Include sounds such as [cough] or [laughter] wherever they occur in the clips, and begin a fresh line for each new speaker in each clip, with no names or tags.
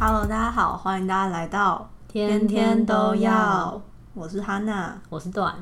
Hello，大家好，欢迎大家来到
天天都要。
我是哈娜，
我是段，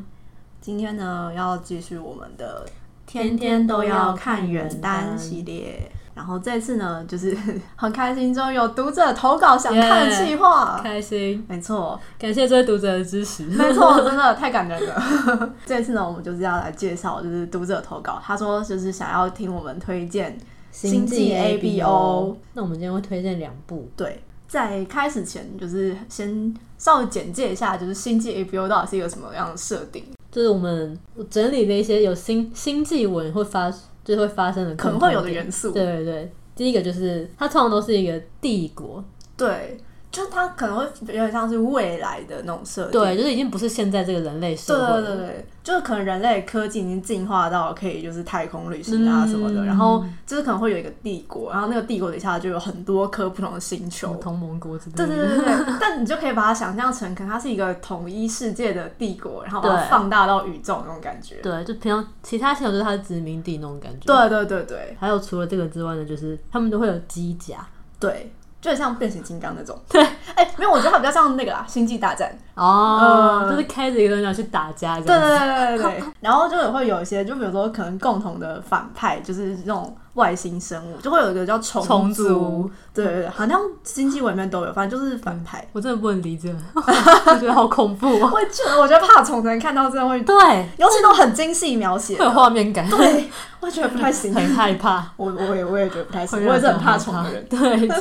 今天呢要继续我们的
天天都要看
元
原
单
单
系列。然后这次呢，就是 [laughs] 很开心，终于有读者投稿想看
耶
企划。
开心，
没错，
感谢这位读者的支持。
没错，真的太感人了。 [laughs] 这次呢，我们就是要来介绍，就是读者投稿，他说就是想要听我们推荐星际 A B O。
那我们今天会推荐两部，
对，在开始前，就是先稍微简介一下，就是《星际 A B O》到底是一个什么样的设定，
就是我们我整理了一些有星星际文会发，就是会发生的
可能
共
会
同
有的
点
元素。
对对对，第一个就是它通常都是一个帝国，
对，就是它可能会有点像是未来的那种设定。
对，就是已经不是现在这个人类社
对
会了。
对对对，就是可能人类科技已经进化到可以就是太空旅行啊什么的，
嗯
然后就是可能会有一个帝国，然后那个帝国底下就有很多颗不同的星
什
球
么，同盟国之类的。
对对对对对， [laughs] 但你就可以把它想象成，可能它是一个统一世界的帝国，然后把它
对
放大到宇宙那种感觉。
对就平常其他星球就是它的殖民地那种感觉。，
对对对对
还有除了这个之外呢，就是他们都会有机甲。
对，就很像变形金刚那种。对， [laughs] 哎、没有，我觉得它比较像那个啦，《星际大战》。
哦，
嗯
就是开着一个人要去打架这
对
样子。
对对对对对。 [laughs] 然后就也会有一些，就比如说可能共同的反派，就是那种外星生物，就会有一个叫虫
虫
族
族。
对对对，好像星际文里面都有，反正就是反派。
我真的不能理解， [laughs] 我觉得好恐怖哦。
会觉得，我觉得怕虫人看到真的会，
对，
尤其那种很精细描写 [laughs]
会，有画面感，
对，我觉得不太行。
很害怕。
我我也我也觉得不太行，
会
[laughs] 我
让
也是很
人
怕
害
虫的人。
对，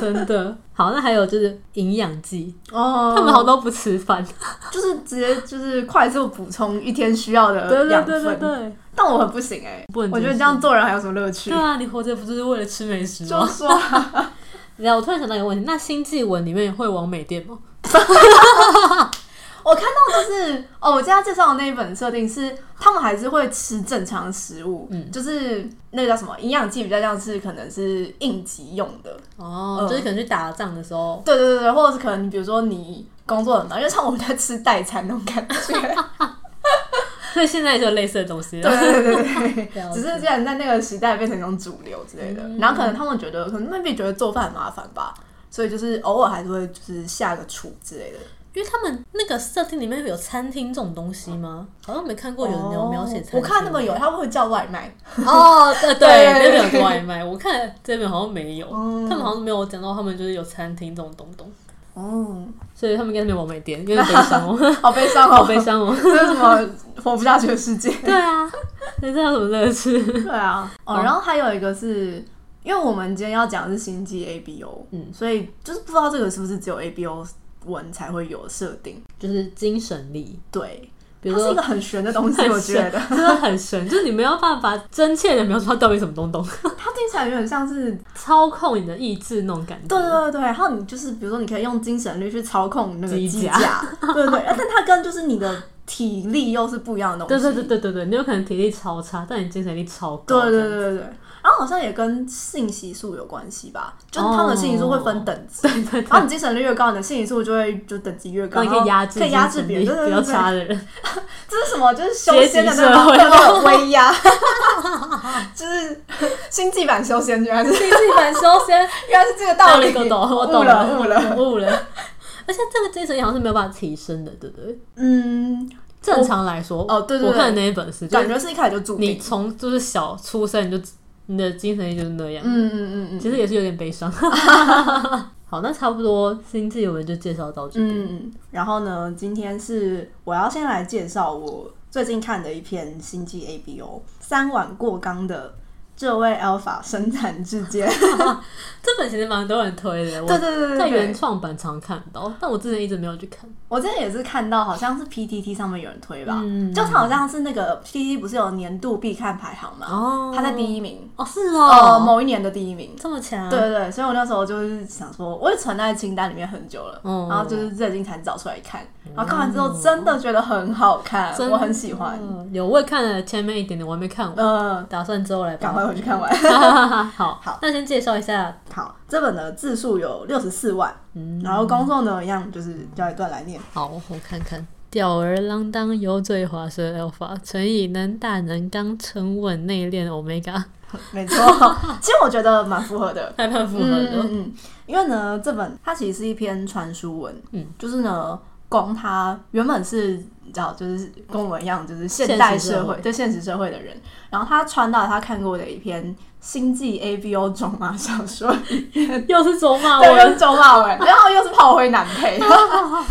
[laughs]
真的。好，那还有就是营养剂，
哦
他们好像都不
[laughs]
吃饭。
就是直接就是快速补充一天需要的
对对
呃养
对
分，
对对，
但我很不行哎、
不能
我觉得
接
这
受
样做人还有什么乐趣
对？啊，你活着不就是为了吃美食
就
吗？
说
然后我突然想到一个问题，那《星际文》里面会往美店吗？
我看到就是哦，我今天介绍的那一本设定是他们还是会吃正常食物，
嗯
就是那个叫什么营养剂比较像是可能是应急用的，
哦，就是可能去打仗的时候，
对对对对，或者是可能比如说你工作很忙，就像我们在吃代餐那种感
[laughs]
觉。
所以现在就有类似的东西了。
对对对对对，[laughs]
了
只
解
是既然在那个时代变成一种主流之类的，
嗯
然后可能他们觉得，可能 maybe 觉得做饭很麻烦吧，所以就是偶尔还是会就是下个厨之类的。
因为他们那个设定里面有餐厅这种东西吗？好像没看过有人有描写餐厅。
哦我看那个有，他们会叫外卖，
哦，对对，
对
那边有个外卖，我看这边好像没有，
嗯
他们好像没有讲到他们就是有餐厅这种东东，
哦，
所以他们应该是没有买店，有点悲伤哦，
好悲伤
好
哦，
悲伤哦。
[laughs] 这是什么活不下去的世界？
对啊，那这有什么乐趣？
对 [laughs] 啊，哦，
哦
然后还有一个是。因为我们今天要讲的是星际 A B O，
嗯
所以就是不知道这个是不是只有 A B O 文才会有设定，
就是精神力，
对，
比如
它是一
说
个很玄的东西，
很
我觉
神
得， [laughs]
真的很神，就是你没有办法真切的描述它到底什么东东，
它听起来有点像是
操控你的意志那种感觉。
对对对，然后你就是比如说，你可以用精神力去操控那个
机
机
甲
甲， [laughs] 对对对，但它跟就是你的体力又是不一样的东
对
西。
对对对对对，你有可能体力超差，但你精神力超高。
对对
这样
对对对然后好像也跟信息素有关系吧，就是他们的信息素会分等级， [laughs] 然后你精神力越高，你的信息素就会就等级越高，
让你可
然
以
后
压制
可以压制
精神
别人，
力
对对
比较
对对，
差的
[laughs]
人，
这是什么？就是修
阶级
仙的
社
那种
会
那种威
[laughs]
压，就是星际版修仙，原来是
经济版修 [laughs] 仙。
原来是这个道理，
我懂，我
悟
懂
了悟了，
我悟了。
[laughs]
而且这个精神力好像是没有办法提升的，对不对？
嗯，
正常来说，
哦对对对
我看的那一本是，就
感
是
觉是一开始就注定
你，从就是小出生你就你的精神力就是那样，
嗯嗯嗯嗯。
其实也是有点
[laughs]
悲伤。好，那差不多星际我们就介绍到这边。
嗯，然后呢，今天是我要先来介绍我最近看的一篇星际 A B O 三碗过冈的这位 Alpha 生产之间， [laughs]
这本其实蛮多人推的，
对
我
对对对
在
对
原创版常看到，但我之前一直没有去看。
我之前也是看到好像是 P T T 上面有人推吧，
嗯
就好像是那个 P T T 不是有年度必看排行嘛，
哦
他在第一名，
哦，嗯是
呃，
哦，
某一年的第一名。
这么强，
对，对对，所以我那时候就是想说，我也存在清单里面很久了，
嗯
然后就是最近才找出来看，然后看完之后真的觉得很好看，
哦真嗯
我很喜欢。
的。有我也看了前面一点点，我还没看完，
嗯，
打算之后来吧
赶。快回去看完。
[laughs] 好，
好
那先介绍一下，
好，这本的字数有六十四万，
嗯，
然后工作呢一样就是叫一段来念。
好，我看看。吊儿郎当、油嘴滑舌 alpha，乘以能打能刚、沉稳内敛
[laughs]
omega，
没
[laughs]
错，其实我觉得蛮符合的。
还蛮符合
嗯
的。
嗯嗯，因为呢，这本它其实是一篇传书文，
嗯，
就是呢，公他原本是你知道，就是跟我们一样，就是现
现
代
实
社
社
会
会
对现实社会的人，然后他传达他看过的一篇星际 A B O 种马小说，
嗯
[laughs]
又是走马
对，又
文，
是中欸马文， [laughs] 然后又是炮灰男 [laughs] 配，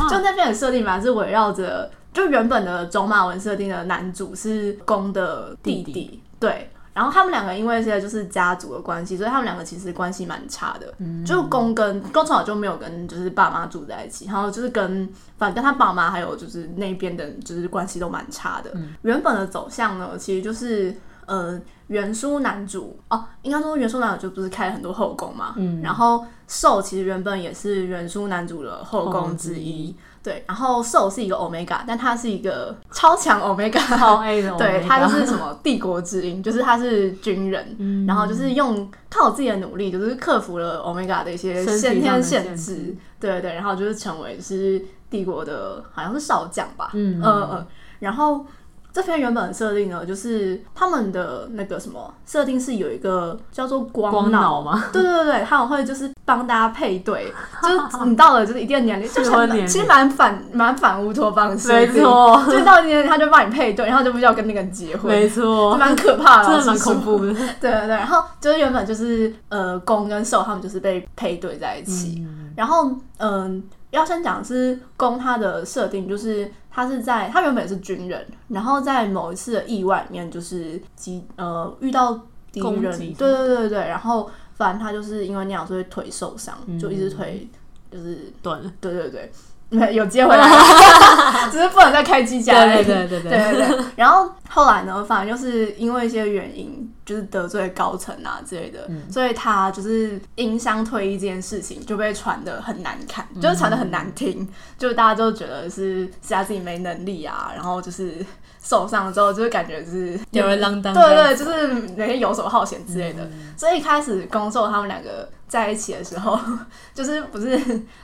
就那边的设定嘛，是围绕着就原本的中马文设定的男主是公的弟弟，
弟
对。然后他们两个因为现在就是家族的关系，所以他们两个其实关系蛮差的。就公跟公从小就没有跟就是爸妈住在一起，然后就是跟反正跟他爸妈还有就是那边的人就是关系都蛮差的。原本的走向呢，其实就是呃原书男主哦，应该说原书男主就不是开了很多后宫嘛，
嗯
然后寿其实原本也是原书男主的后宫之
后宫之
一
一，
对，然后寿是一个 omega，但他是一个超强 omega，
超 A 的哎哦 omega，
对他就是什么帝国之鹰，就是他是军人，
嗯
然后就是用靠自己的努力，就是克服了 Omega 的一些
身体
先
上
天
的
限
限
制
制，
对对，然后就是成为是帝国的好像是少将吧，
嗯
呃呃，然后这篇原本的设定呢，就是他们的那个什么设定是有一个叫做脑
光脑吗？
对对对，他们会就是帮大家配
[laughs]
对，就是你到了就是一定的年龄，就
适
是
婚
蛮
年龄
其实蛮反蛮反乌托邦的设
没
定，
[laughs] 错
就是到一定的年龄他就帮你配对，然后就不需要跟那个人结婚，
没错，
蛮可怕的，
真
老
的
实
蛮
说
恐怖
[laughs]
的。
对对对，然后就是原本就是呃公跟受他们就是被配对在一起，然后嗯、要先讲的是公他的设定就是他是在他原本也是军人，然后在某一次的意外里面就是敌呃遇到敌
攻
人，对
击
对对对，然后反正他就是因为那样所以腿受伤，就一只
嗯
腿就是
断了，
对对 [laughs] 对。没有接回来了， [laughs] 只是不能再开机甲而已。
对对对对对，
对
[laughs]
对对。然后后来呢，反正就是因为一些原因，就是得罪高层啊之类的，
嗯
所以他就是因伤退役这件事情就被传的很难看，
嗯
就是传的很难听，就大家就觉得是是他自己没能力啊，然后就是受伤之后，就是感觉是
吊儿郎当
对
这样
对，就是那些游手好闲之类的。所以一开始攻受他们两个在一起的时候， [laughs] 就是不是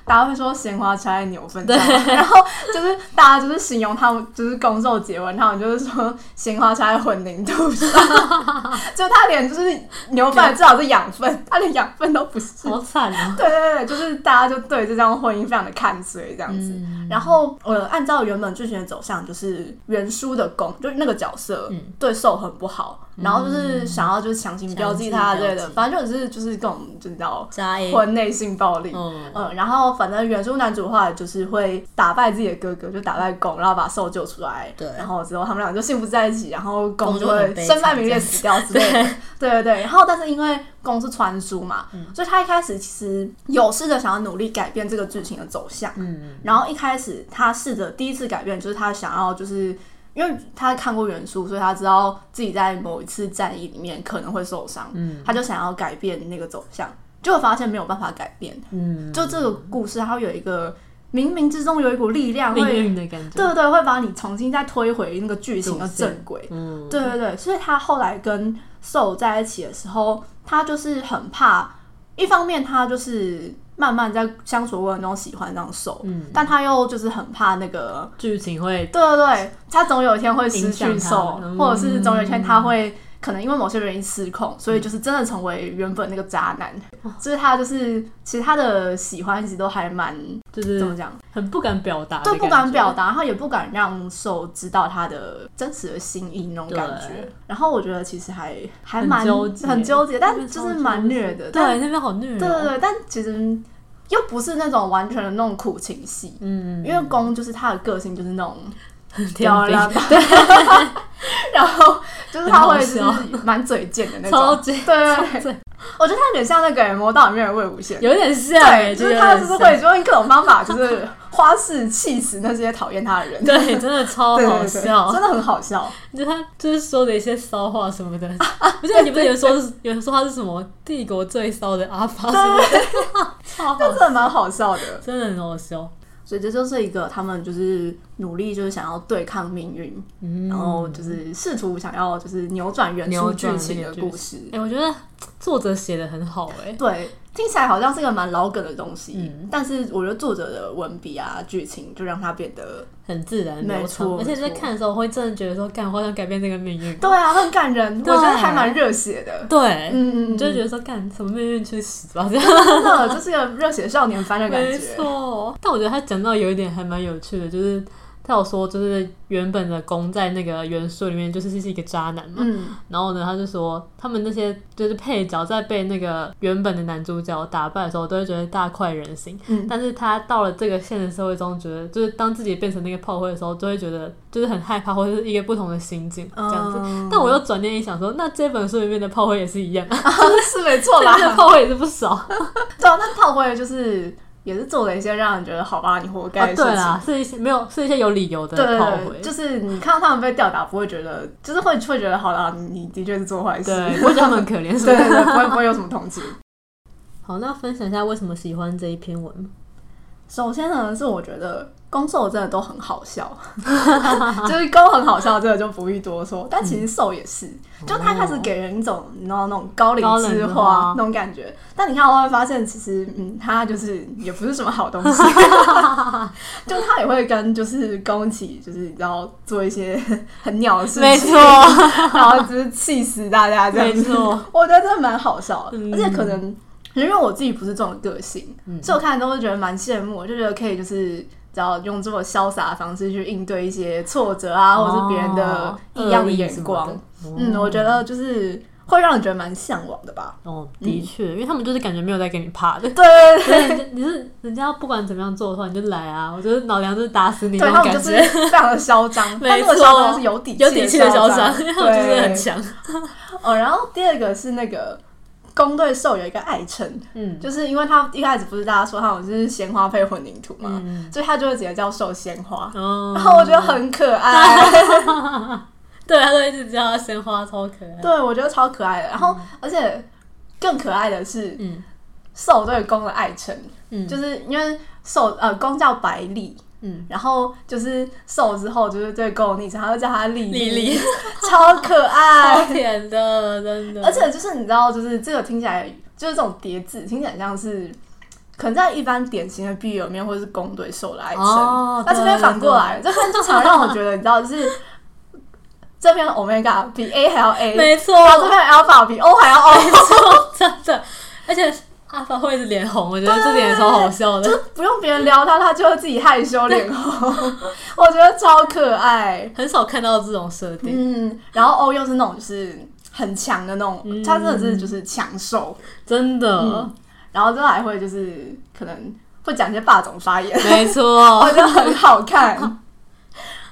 大家会说鲜花插在牛粪上吗，然后就是大家就是形容他们就是攻受结婚，他们就是说鲜花插在混凝土上， [laughs] 就他连就是牛粪至少是养分，他连养分都不是。
好惨哦。
对对对，就是大家就对这桩婚姻非常的看衰这样子。然后呃，按照原本剧情的走向，就是原书的攻，就是那个角色、
嗯
对受很不好，然后就是想要就是强行标记他
强行
之
标
类
记
的，反正就是就是各种就你知道
渣欸 A，
婚内性暴力。
嗯，
嗯，然后反正原书男主的话就是会打败自己的哥哥，就打败公，然后把受救出来。
对
然后之后他们俩就幸福在一起，然后公
公
就
就很
会
悲
身败
惨
名裂
这样
死掉之类的。对对对。然后但是因为公是传书嘛，所以他一开始其实有试着想要努力改变这个剧情的走向。
嗯，
然后一开始他试着第一次改变，就是他想要就是。因为他看过原书，所以他知道自己在某一次战役里面可能会受伤，
嗯
他就想要改变那个走向，结果发现没有办法改变，
嗯，
就这个故事，它会有一个冥冥之中有一股力量
命
会，
运的感觉。
对对对，会把你重新再推回那个剧情的正轨。
嗯，
对对对，所以他后来跟兽在一起的时候，他就是很怕，一方面他就是慢慢在相处过程中喜欢上兽，
嗯
但他又就是很怕那个
剧情会
对对对，他总有一天会失
影响
去
他
手，
嗯
或者是总有一天他会可能因为某些原因失控，所以
嗯
就是真的成为原本那个渣男。
哦
就是他就是其实他的喜欢一直都还蛮
就
怎么
是
讲，
很不敢表达，
就不敢表。达，然后也不敢让受知道他的真实的心意那种感觉
对。
然后我觉得其实还还
很
蛮
纠结
很纠结，但
那边
就
超
是
纠
蛮
结
虐的。
对，
但
那边好虐哦。
对对对，但其实又不是那种完全的那种苦情戏，
嗯，
因为公就是他的个性就是那种。
天
吊儿
兵
郎当，
[laughs]
然后就是他会就是
很好
蛮嘴贱的那
超
种，
级
对对对，我觉得他有点像那个《魔道》里面的魏无羡，
有点像
对，
欸，
就是他就是
有点
会就用各种方法就是花式气死那些讨厌他的人，
像对，真的超
[laughs] 对对
好
对
笑。
真的很好笑，
就他就是说的一些骚话什么的，
[laughs]
不是你不是有说是有人说他是什么帝国最骚的阿发什么的，超
这
好，
真的蛮好笑的。
真的很好笑。
所以这就是一个他们就是努力就是想要对抗命运，
嗯
然后就是试图想要就是扭转原
扭
著
转
剧情的
那个
故
剧
事
哎、。我觉得作者写的很好哎、
对，听起来好像是个蛮老梗的东西，
嗯
但是我觉得作者的文笔啊、剧情就让它变得，
很自然
没
流畅，
错
而且在
没错
看的时候会真的觉得说，干，我好想改变这个命运。
对啊，很感人，我
对
觉得还蛮热血的。
对，
嗯，
你就会觉
得
得说，干什么命运去死啊吧，这样。
真的就是个热血少年番的感
没
觉。
错，但我觉得他讲到有一点还蛮有趣的，就是他有说，就是原本的公在那个原书里面就是是一个渣男嘛，
嗯，
然后呢，他就说他们那些就是配角在被那个原本的男主角打败的时候，都会觉得大快人心。
嗯
但是他到了这个现实社会中，觉得就是当自己变成那个炮灰的时候，就会觉得就是很害怕，或者是一个不同的心境这样子。
嗯
但我又转念一想说，那这本书里面的炮灰也是一样，
是没错
这 [laughs]
啦
边。的炮灰也是不少。
对啊，那炮灰就是也是做了一些让人觉得好吧，你活该
啊
的事
对
情。
啦，是一些没有是一些有理由的
对对
炮
对，
灰。
就是你看到他们被吊打，不会觉得，就是会会觉得好啦，你你的确是做坏事，
对，我觉得他们很可怜，是
[laughs] 对
吧？
对对，不会不会有什么同情。
好，那分享一下为什么喜欢这一篇文吗。
首先呢，是我觉得攻受真的都很好笑， [laughs] 就是攻很好笑，这个就不必多说。但其实受也是，就他开始给人一种你知道那种高
嗯高
岭
岭之
之
花
花那种感觉。但你看，我会发现其实嗯，他就是也不是什么好东
[laughs]
西，就他也会跟就是宫崎就是你知道做一些很鸟的事情，
没错， [laughs]
然后就是气死大家这样
没
子。 [laughs]
错，
我觉得真的蛮好笑的，
嗯
而且可能因为我自己不是这种个性，所以我看都会觉得蛮羡慕，我就觉得可以就是。只要用这么潇洒的方式去应对一些挫折啊，或者是别人的异样的眼光，
哦恶意什么的。哦
嗯，我觉得就是会让人觉得蛮向往的吧。
哦，的确，因为他们就是感觉没有在给你怕的，
对对
就是你是人家 [laughs] 不管怎么样做的话，你就来啊！我觉得老梁就是打死你
对，
那
对
种
他们
感
就是
觉，
非常的嚣张，
没
但那个
错
嚣张是有底
[laughs] 有底气的嚣
嚣
张，因为他们 [laughs] 就是很
对，
强。
哦，然后第二个是那个攻对兽有一个爱称，
嗯，
就是因为他一开始不是大家说他们是鲜花配混凝土嘛，
嗯
所以他就会直接叫兽鲜花，
哦
然后我觉得很可
[laughs]
爱，
对，啊他就一直叫他鲜花，超可爱。
对我觉得超可爱的。然后而且更可爱的是
嗯
兽对公的爱称，
嗯，
就是因为兽呃公叫白丽。
嗯，
然后就是兽之后就是对公的昵称，他就叫他丽
莉莉，
超可
超
爱。
甜的，真的。
而且就是你知道，就是这个听起来就是这种叠字，听起来像是可能在一般典型的 BL 里面，或者是公对兽的爱称。
哦，
那这边反过来，这边就常让我觉得，你知道，就是这边的 omega 比 A 还要
对，对
A，
对没错，
然后这边的 alpha 比 O 还要 O，
真的。而且阿发会一直脸红，我觉得这点也超好笑的
就。是不用别人撩他，他就会自己害羞脸红，
[laughs]
我觉得超可爱。
很少看到这种设定，
嗯，然后 O 又是那种就是很强的那种，
嗯
他真的是就是强兽，
真的
嗯，然后就还会就是可能会讲一些霸总发言，
没
我
错， [laughs]
觉得哦很好看。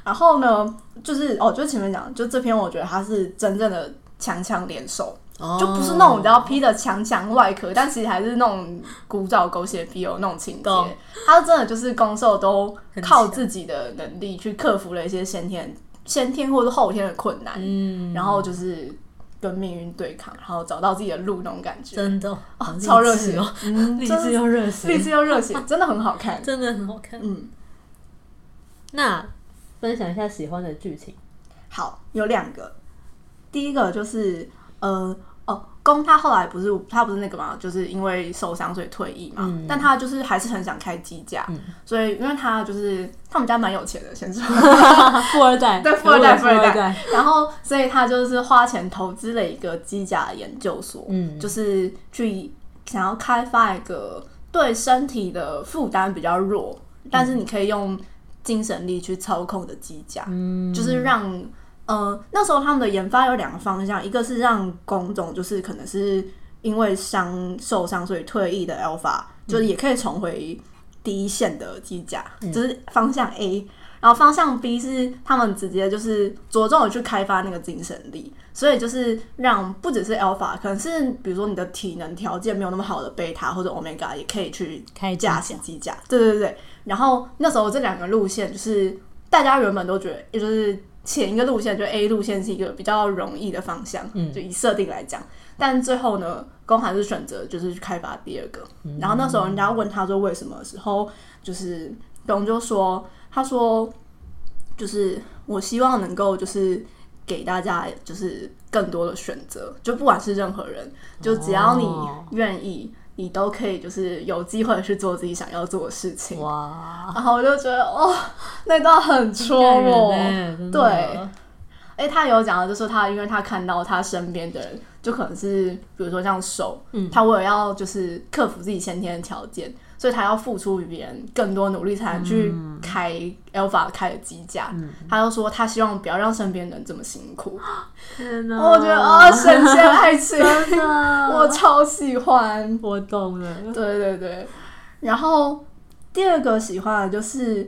然后呢，就是哦，就前面讲，就这篇我觉得它是真正的强强联手， [laughs]
哦
就不是那种你知道披着强强外壳，但其实还是那种古早狗血 BL 那种情节
懂。
它真的就是攻受都
很
靠
强
自己的能力去克服了一些先天、先天或是后天的困难，
嗯，
然后就是跟命运对抗，然后找到自己的路那种感觉，
真的好励志
啊超热血
哦，
嗯
[laughs] 励
真
志
的
又热
励
血，
志又热血，真的很好看。
真的很好看。
嗯，
那分享一下喜欢的剧情，
好，有两个，第一个就是呃哦，公他后来不是他不是那个嘛，就是因为受伤所以退役嘛，
嗯
但他就是还是很想开机架，
嗯
所以因为他就是他们家蛮有钱的，先说，
富二代，
对啊富二代
富二
富二
代，
[laughs] 然后所以他就是花钱投资了一个机甲研究所，
嗯，
就是去想要开发一个对身体的负担比较弱，但是你可以用精神力去操控的机甲，
嗯
就是让呃那时候他们的研发有两个方向，一个是让工种就是可能是因为伤受伤所以退役的 Alpha，、就是也可以重回第一线的机甲，就是方向 A。然后方向 B 是他们直接就是着重的去开发那个精神力，所以就是让不只是 alpha，可能是比如说你的体能条件没有那么好的贝塔或者 omega 也可以去
开机
架起机架，对对对。然后那时候这两个路线就是大家原本都觉得，也就是前一个路线，就 A 路线是一个比较容易的方向，
嗯
就以设定来讲。但最后呢，公还是选择就是去开发第二个。
嗯
然后那时候人家问他说为什么的时候，就是公就说，他说就是我希望能够就是给大家就是更多的选择，就不管是任何人，就只要你
哦
愿意，你都可以就是有机会去做自己想要做的事情。
哇，
然后我就觉得哦，那段很戳
感人
我。
欸真的
对哎、他有讲的就是他，因为他看到他身边的人，就可能是比如说像手，
嗯
他为了要就是克服自己先天的条件，所以他要付出比别人更多努力才能去
嗯
开 Alpha 开的机架。他就说他希望不要让身边人这么辛苦。
啊天哪
我觉得哦，神仙爱
[laughs]
情，
真的，
我超喜欢。
[laughs] 我懂了，
对对对，然后第二个喜欢的就是，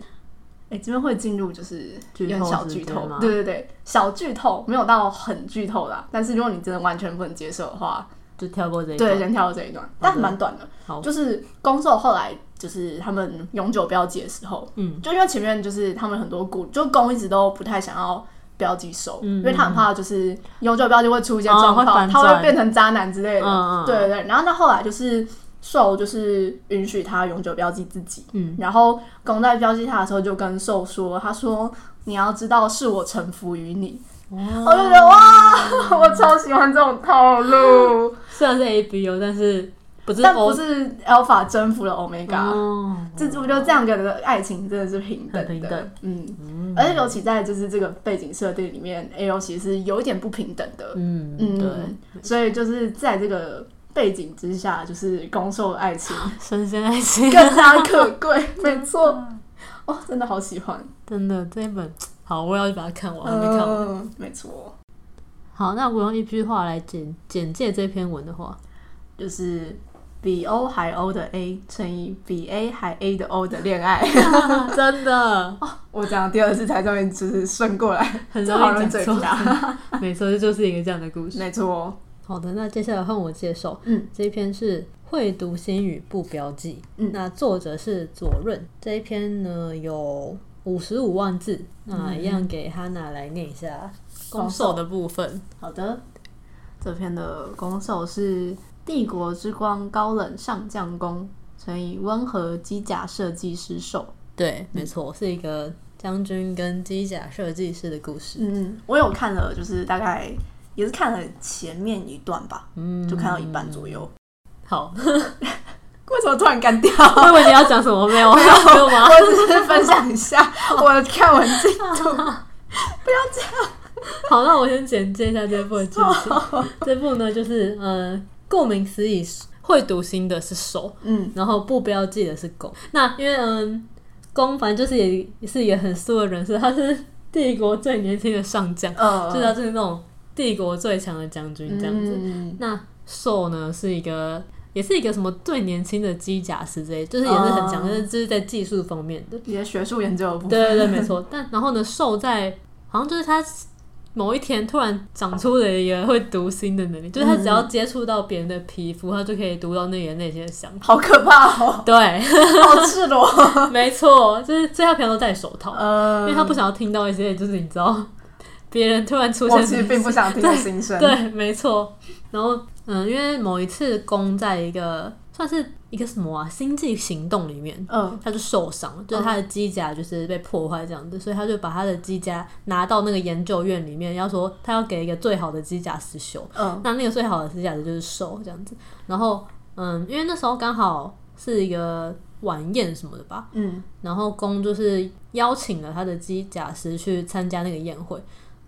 哎、这边会进入就是
剧
有点
透
小
时
剧
间
透
吗
对对对，小剧透没有到很剧透啦，但是如果你真的完全不能接受的话，
就跳过这一
对，
段。
先跳过这一段，但蛮短的。
好
就是攻受后来就是他们永久标记的时候，
嗯，
就因为前面就是他们很多股，就攻一直都不太想要。标记手，
嗯
因为他很怕就是永久标记会出一些
哦
状
会
况，
反
他
转
会变成渣男之类的。
嗯嗯
对对对，然后到后来就是兽就是允许他永久标记自己，
嗯，
然后公在标记他的时候就跟兽说，他说你要知道是我臣服于你，
哦
我就觉得哇， [laughs] 我超喜欢这种套路，
虽然是 A B O，但是不是
但不
O
是啊 Alpha 征服了 Omega，、
哦，
这我觉得这两个人的爱情真的是嗯平等的，
很平等
嗯，而且尤其在就是这个背景设定里面，A O 其实是有一点不平等的，
嗯
嗯，
对，
所以就是在这个背景之下，就是攻受爱 [laughs] 情
神仙爱
[laughs]
情，
更加可贵，没 [laughs] 错。哦，真的好喜欢，
真的这一本好，我也要把它看完，还没看完。
嗯，没错，
好，那我用一句话来简简介这篇文
[laughs]
的话，
就是 B O 还 O 的 A 乘以 B A 还 A 的 O 的恋爱。
真的
[laughs] 我讲第二次才终于就是顺过来，
哦很
这好
容
容
易
易
讲
嘴
错
皮，啊，
[laughs] 没错，这就是一个这样的故事。
没错，
好的，那接下来换我介绍，
嗯，
这一篇是《会读心语不标记》，
嗯
那作者是左润，这一篇呢有五十五万字，
嗯
那一样给哈娜来念一下攻受的部分。
好的，这篇的攻受是帝国之光高冷上将功乘以温和机甲设计师兽。
对，没错，是一个将军跟机甲设计师的故事。
嗯，我有看了，就是大概也是看了前面一段吧，
嗯，
就看到一半左右。
好，
[laughs] 为什么突然干掉？
我以为你要讲什么
[laughs]
没有？没有吗？哦
我只是分享一下我的看文进度。
好，那我先简介一下这部的剧
[laughs]
情。这部呢，就是呃，顾名思义，会读心的是手，
嗯
然后不标记的是攻。那因为嗯，攻反正就是也也是一个很素的人设，他是帝国最年轻的上将，
呃，
[laughs] 就是他就是那种帝国最强的将军这样子。
嗯
那兽呢是一个。也是一个什么最年轻的机甲师之类，就是也是很强，
哦
但是就是在技术方面的。
一些学术研究的部分。
对对对，没错。 [laughs] 但然后呢，兽在好像就是他某一天突然长出了一个会读心的能力，就是他只要接触到别人的皮肤，他就可以读到那个人内心的想法。
好可怕哦，
对，
好赤裸。
没错，就是所以他平常都戴手套，
呃
[laughs] 因为他不想要听到一些就是你知道别人突然出现
我
的
其实并不想听的心声。
对， [laughs] 没错。然后，嗯，因为某一次攻在一个算是一个什么啊，《星际行动》里面，
嗯，
他就受伤了，就是他的机甲就是被破坏这样子，所以他就把他的机甲拿到那个研究院里面，要说他要给一个最好的机甲师修。
嗯
那那个最好的机甲师就是兽这样子。然后，嗯，因为那时候刚好是一个晚宴什么的吧，
嗯
然后公就是邀请了他的机甲师去参加那个宴会。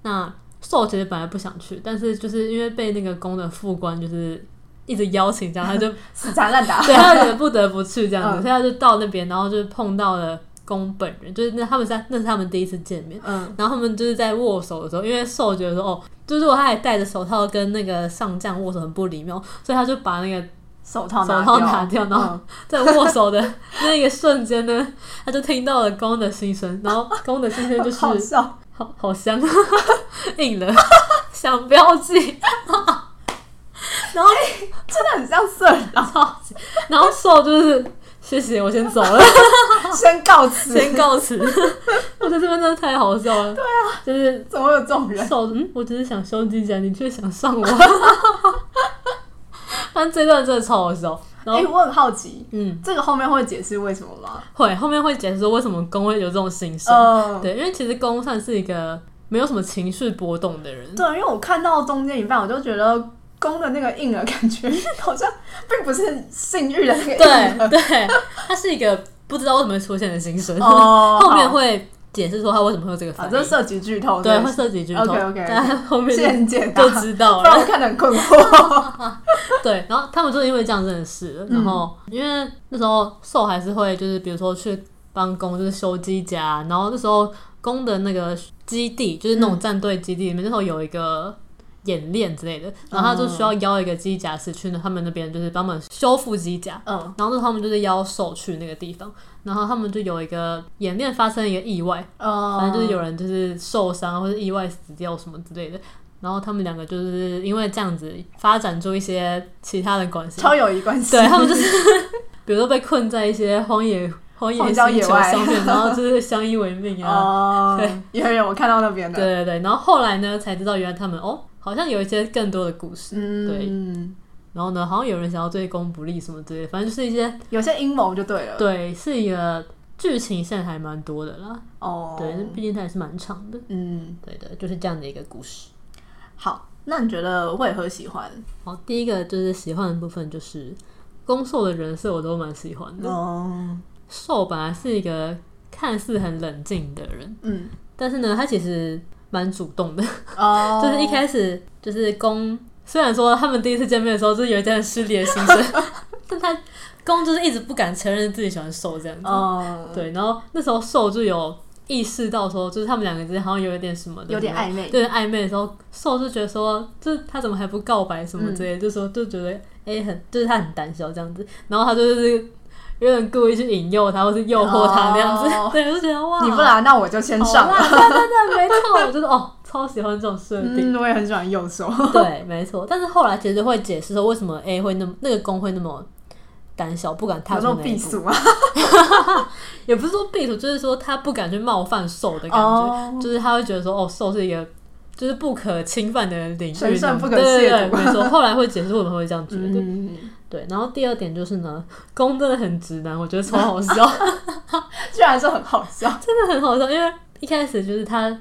那兽其实本来不想去，但是就是因为被那个公的副官就是一直邀请，这样他就
死缠烂打。
对，他也不得不去这样子，
嗯
所以他就到那边，然后就碰到了宫本人，就是那他们在那是他们第一次见面，
嗯
然后他们就是在握手的时候，因为受觉得说哦，就是如果他还戴着手套跟那个上将握手很不礼貌，所以他就把那个
手套
手
拿
套
掉，
拿掉，嗯然后 [laughs] 在握手的那个瞬间呢，他就听到了宫的心声，然 [laughs] 后宫的心声就
好
是
笑，
好好香， [laughs] 硬了， [laughs] 想标记， [laughs] 然后
真的很像色狼，
超级，然后瘦就是谢谢，我先走 [laughs] 了，
先告辞。
先告辞。 [laughs] 我觉得这边真的太好笑了。对啊，就是
怎么会有这种人？
瘦，嗯，我只是想修机甲，你却想上我。 [laughs] 但这段真的超好笑。然
哎、
后，
我很好奇，
嗯，
这个后面会解释为什么吗？
会后面会解释说为什么公会有这种心声。
嗯，
对，因为其实公算是一个没有什么情绪波动的人。
对，因为我看到中间一半，我就觉得公的那个婴儿感觉好像并不是性欲的那个婴
对
儿。
对，它是一个不知道为什么会出现的新生，
[laughs] 哦
[laughs] 后面
好
会解释说他为什么会有这个
啊，
反
这
应，
涉及剧透，
对，会涉及剧透
OK，OK，OK
但后面
现解答
就，知
啊
道
不
了
然。我看得很困惑。
[laughs] 对，然后他们就因为这样认识了，然后因为那时候寿还是会就是比如说去帮工就是修机甲，然后那时候工的那个基地就是那种战队基地里面，那时候有一个。演练之类的，然后他就需要邀一个机甲师去他们那边，就是帮忙修复机甲。
嗯
然后他们就是邀兽去那个地方，然后他们就有一个演练发生一个意外，
哦，
反正就是有人就是受伤啊或者意外死掉什么之类的。然后他们两个就是因为这样子发展出一些其他的关系，
超友谊关系，
[laughs] 对他们就是 [laughs] 比如说被困在一些荒野荒野
荒
星
郊野
球
外
上面，然后就是相依为命
[laughs]
啊。
哦，有有我看到那边
对
的，
对对，然后后来呢才知道原来他们哦好像有一些更多的故事，
嗯，
然后呢好像有人想要对公不利什么之类的，反正就是一些
有些阴谋就对了，
对，是一个剧情线还蛮多的啦。
哦，
对，毕竟它也是蛮长的。
嗯，
对的，就是这样的一个故事。
好，那你觉得为何喜欢？
好，第一个就是喜欢的部分，就是攻受的人设我都蛮喜欢的。
哦，
嗯受本来是一个看似很冷静的人， [laughs]
嗯，
但是呢，他其实蛮主动的。
哦，
[laughs] 就是一开始就是攻，虽然说他们第一次见面的时候就是有一点失礼的心
[laughs]
声，但他攻就是一直不敢承认自己喜欢受这样子。
哦，
对，然后那时候兽就有意识到说，就是他们两个之间好像有一点什么的，
有点暧昧
对暧昧的时候，兽就觉得说，就是他怎么还不告白什么
嗯
之类的，就说就觉得哎、诶很就是他很胆小这样子，然后他就是有点故意去引诱他，或是诱惑他那样子，
哦
[laughs] 对，我就觉得哇，
你不来，那我就先
好
上
啦，
了。
对对对，没错，我就是哦，超喜欢这种设定。
嗯，我也很喜欢右手。
对，没错。但是后来其实会解释说，为什么 A 会那么那个公会那么胆小，不敢踏
有
出
那
那
种
一
避
步。
暑啊，
也不是说避暑，就是说他不敢去冒犯兽的感觉
哦
就是他会觉得说，哦，兽是一个就是不可侵犯的领域，
神圣不可亵
对对对，
渎
没
[laughs]
错。后来会解释为什么会这样觉得，
嗯，
对。然后第二点就是呢，公真的很直男，我觉得超好笑， [laughs]
居然是很好笑。
真的很好笑，因为一开始就是他。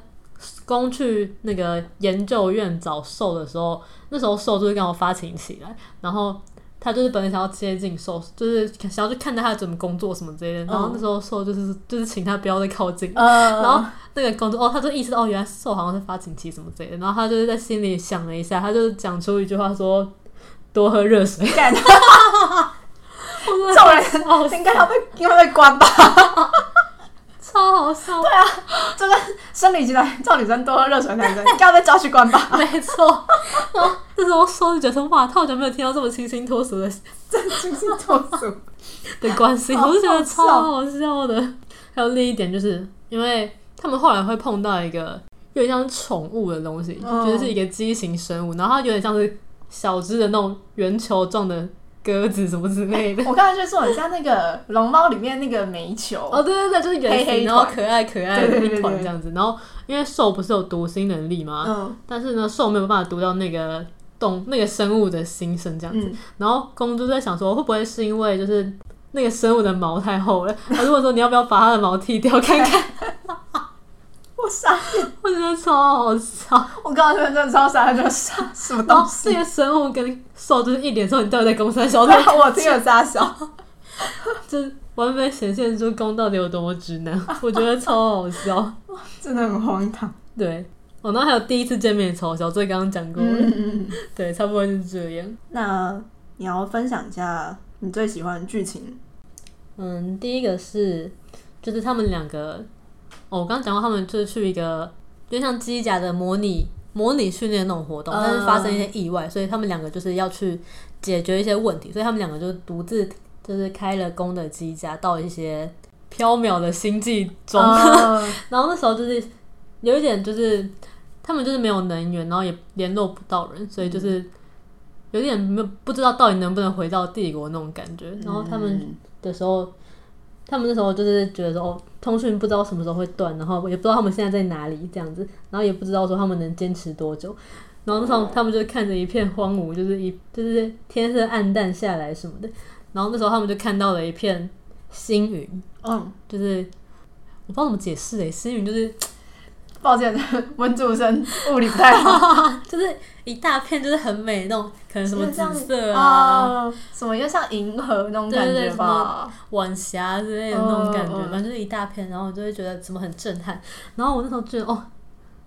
公去那个研究院找兽的时候，那时候兽就是刚好发情起来，然后他就是本来想要接近兽，就是想要去看到他怎么工作什么之类的，然后那时候兽就是就是请他不要再靠近，
嗯，
然后那个工作哦，他就意识到哦，原来瘦好像是发情期什么之类的，然后他就是在心里想了一下，他就讲出一句话说：“多喝热水。 [laughs]
干，这”
我
种
好 [laughs]
人应该要被应该被关吧？
超好笑，
啊这个生理期来，照女生多喝热水，男
[laughs]
生应该要被抓去关吧？
没错。然后这时候瘦就觉得说哇，他好久没有听到这么清新脱俗的
真是脱俗。
的关
[laughs]
系，
好
我就觉得超
好笑
好笑的。还有另一点就是，因为他们后来会碰到一个有点像是宠物的东西，
嗯
就是一个畸形生物，然后它有点像是小只的那种圆球状的鸽子什么之类的。
我刚才就说很像那个龙猫里面那个煤球，
哦，对对对，就是圆形，
黑黑
然后
团
可爱可爱的
对对
一
对
团
对
这样子。然后因为兽不是有读心能力吗？
嗯
但是呢，兽没有办法读到那个动那个生物的心声这样子。
嗯
然后公主就在想说，会不会是因为就是那个生物的毛太厚了？ [laughs] 他就问说，你要不要把它的毛剃掉看
[laughs]
看？
我傻眼，
我觉得超好笑。
我刚才真的超傻，就傻什么
然
东
后那
西？
个生物跟兽就是一脸说，你到底在公
[laughs]
山小
对
腿？
啊，我听了傻笑。
就是完美显现出公到底有多么直男，我觉得超好笑。
[laughs] 真的很荒唐。
对，哦，然后还有第一次见面也超好笑，所以刚刚讲过了。
嗯嗯，嗯
对，差不多是这样。
那你要分享一下你最喜欢的剧情？
嗯，第一个是就是他们两个，哦，我刚刚讲过，他们就是去一个就像机甲的模拟模拟训练那种活动，但是发生一些意外，所以他们两个就是要去解决一些问题，所以他们两个就独自就是开了工的机甲到一些缥缈的星际
[laughs]
中，
嗯
然后那时候就是有一点就是他们就是没有能源，然后也联络不到人，所以就是有点没有不知道到底能不能回到帝国那种感觉。然后他们
嗯
的时候，他们那时候就是觉得说，哦，通讯不知道什么时候会断，然后也不知道他们现在在哪里这样子，然后也不知道说他们能坚持多久。然后那时候他们就看着一片荒芜，就是一就是天色暗淡下来什么的。然后那时候他们就看到了一片星云，
嗯，
就是我不知道怎么解释诶、欸，星云就是
抱歉，温主生物理不太 [laughs] 好，
啊就是一大片，就是很美那种，可能什么
就是这样
紫
子
色啊、
哦什么又像银河那种感
对对
觉
对
吧？
晚霞之类的那种感觉，
嗯嗯
反正就是一大片，然后我就会觉得怎么很震撼。然后我那时候觉得哦，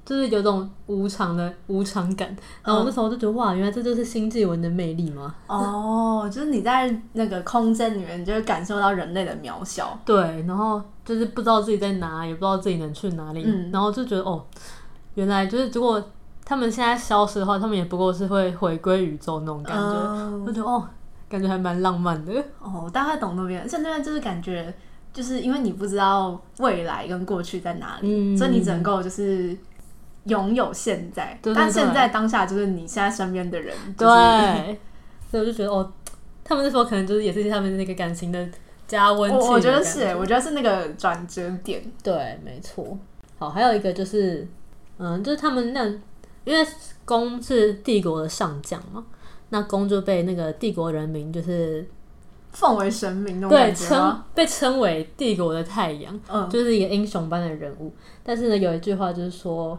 就是有种无常的无常感。
嗯
然后我那时候就觉得哇，原来这就是星际文的魅力吗？
哦，就是你在那个空间里面，你就会感受到人类的渺小。
对，然后就是不知道自己在哪，也不知道自己能去哪里，
嗯
然后就觉得哦，原来就是如果他们现在消失的话，他们也不过是会回归宇宙那种感觉。我
嗯
觉得哦，感觉还蛮浪漫的。
哦，我大概懂那边，而且那边就是感觉，就是因为你不知道未来跟过去在哪里，
嗯
所以你只能够就是拥有现在，
对对
但
对
现在当下就是你现在身边的人，就是、
对，所以我就觉得哦，他们那时候可能就是也是他们那个感情的加温器的感。
我我觉得是，欸我觉得是那个转折点。
对，没错。好，还有一个就是，嗯，就是他们那，因为公是帝国的上将嘛，那公就被那个帝国人民就是
奉为神明那种
对
感觉吗
称被称为帝国的太阳，
嗯，
就是一个英雄般的人物。但是呢，有一句话就是说，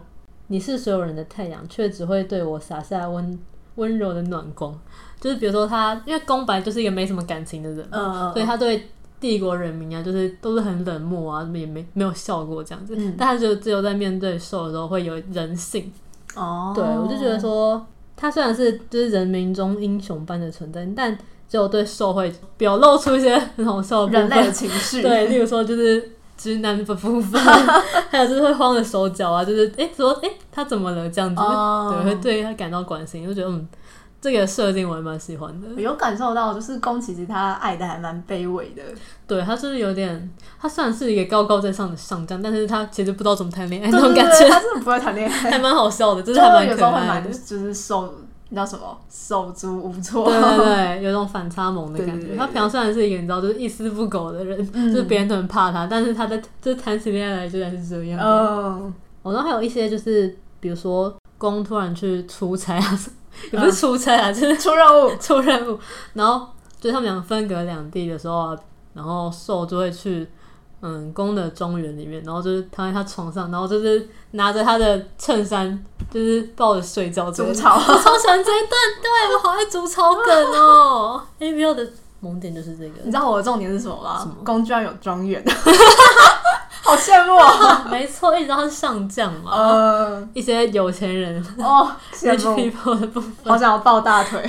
你是所有人的太阳，却只会对我洒下温温柔的暖光。就是比如说他，因为公白就是一个没什么感情的人，
嗯，
所以他对帝国人民啊，就是都是很冷漠啊，也没没有笑过这样子。
嗯
但他就只有在面对兽的时候会有人性。
哦，
对我就觉得说，他虽然是就是人民中英雄般的存在，但只有对兽会表露出一些很好笑的部分
人类的情绪，
对，例如说就是直男的部
[laughs]
分，还有就是会慌着手脚啊，就是哎、诶说哎、诶他怎么了这样子
哦
对，会对他感到关心，就觉得嗯，这个设定我还蛮喜欢的。
我有感受到，就是宫崎骏他爱的还蛮卑微的，
对他就是有点，他虽然是一个高高在上的上将，但是他其实不知道怎么谈恋爱哎那
对
种
对
感
对
觉，
他真的不会谈恋爱，
还蛮好笑的，就是还
是
蛮
有时
可
候会
爱
蛮
的。
就是手，你知道什么手足无
对
措， [laughs]
对对，有种反差萌的感觉。
对对对对
他平常虽然是一个你知道就是一丝不苟的人，
嗯
就是别人都很怕他，但是他在就是谈起恋爱来居然是这样。
嗯，
哦，然后还有一些就是，比如说公突然去出差啊，也
嗯
不是出差啊，就是 [laughs]
出任务，
出任务，然后就是他们俩分隔两地的时候啊，然后兽就会去嗯公的庄园里面，然后就是躺在他床上，然后就是拿着他的衬衫，就是抱着睡觉之类
筑
的。
巢，
[laughs] 我超喜欢这一段，对我好爱竹草梗哦。A B O 的萌点就是
[laughs]
这
你
个，
知道我的重点是什么
什
吗
么？
宫居然有庄 [laughs] 园，好羡慕啊，
没错，一直到他是上将嘛，
嗯，
一些有钱人
哦，羡
rich
慕，
people 的部分。
好想要抱大腿，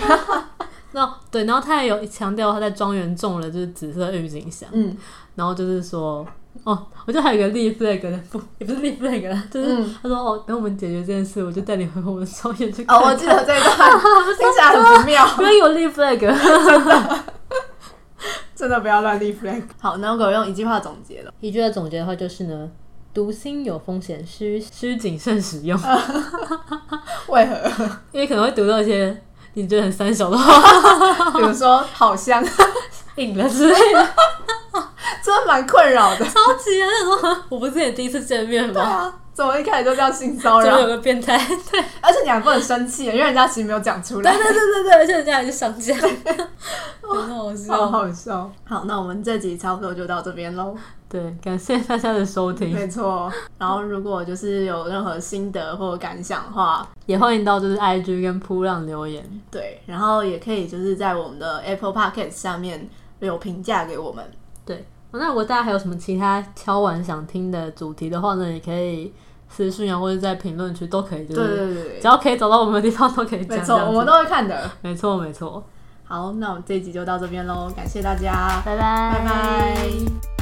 那对，然后他也有强调他在庄园种了就是紫色郁金
[laughs]
香，
嗯
然后就是说，哦，我就还有一个立 flag 的不，也不是立 flag 啦，就是、
嗯，
他说哦，等我们解决这件事，我就带你回我们庄园去看
哦，我
看。
记得这一 [laughs] 段听起来很不妙，
[laughs] 不要有立 flag。
[laughs] 真的不要乱立 flag。好，那我给我用一句话总结了，
一句的总结的话就是呢，读心有风险，嗯需需谨慎使用，
为何？
[laughs] 因为可能会读到一些你觉得很三小的话，
[laughs] 比如说好香，
硬了之类的，
[laughs] 真的蛮困扰的。
[laughs] 超级啊！那种我不是也第一次见面 [laughs]
对
吗？
啊，怎么一开始就叫性骚
怎么有
扰？
个变态？ [laughs] 对。
而且你还不能生气，因为人家其实没有讲出
对
来。
对对对对，而且人家还是上架， [laughs] 很 [laughs] 好
好
笑。
好笑。好，那我们这集差不多就到这边喽。
对，感谢大家的收听，
没错。然后如果就是有任何心得或感想的话，
也欢迎到就是 IG 跟扑浪留言。
对，然后也可以就是在我们的 Apple Podcast 下面有评价给我们。
对，哦那如果大家还有什么其他敲完想听的主题的话呢，也可以私讯啊，或者在评论区都可以，就
对
是
对对
只
对，
要可以找到我们的地方都可以讲。
没错，
这样
我
子
们都会看的。
没错没错，
好，那我们这一集就到这边喽，感谢大家，
拜拜
拜拜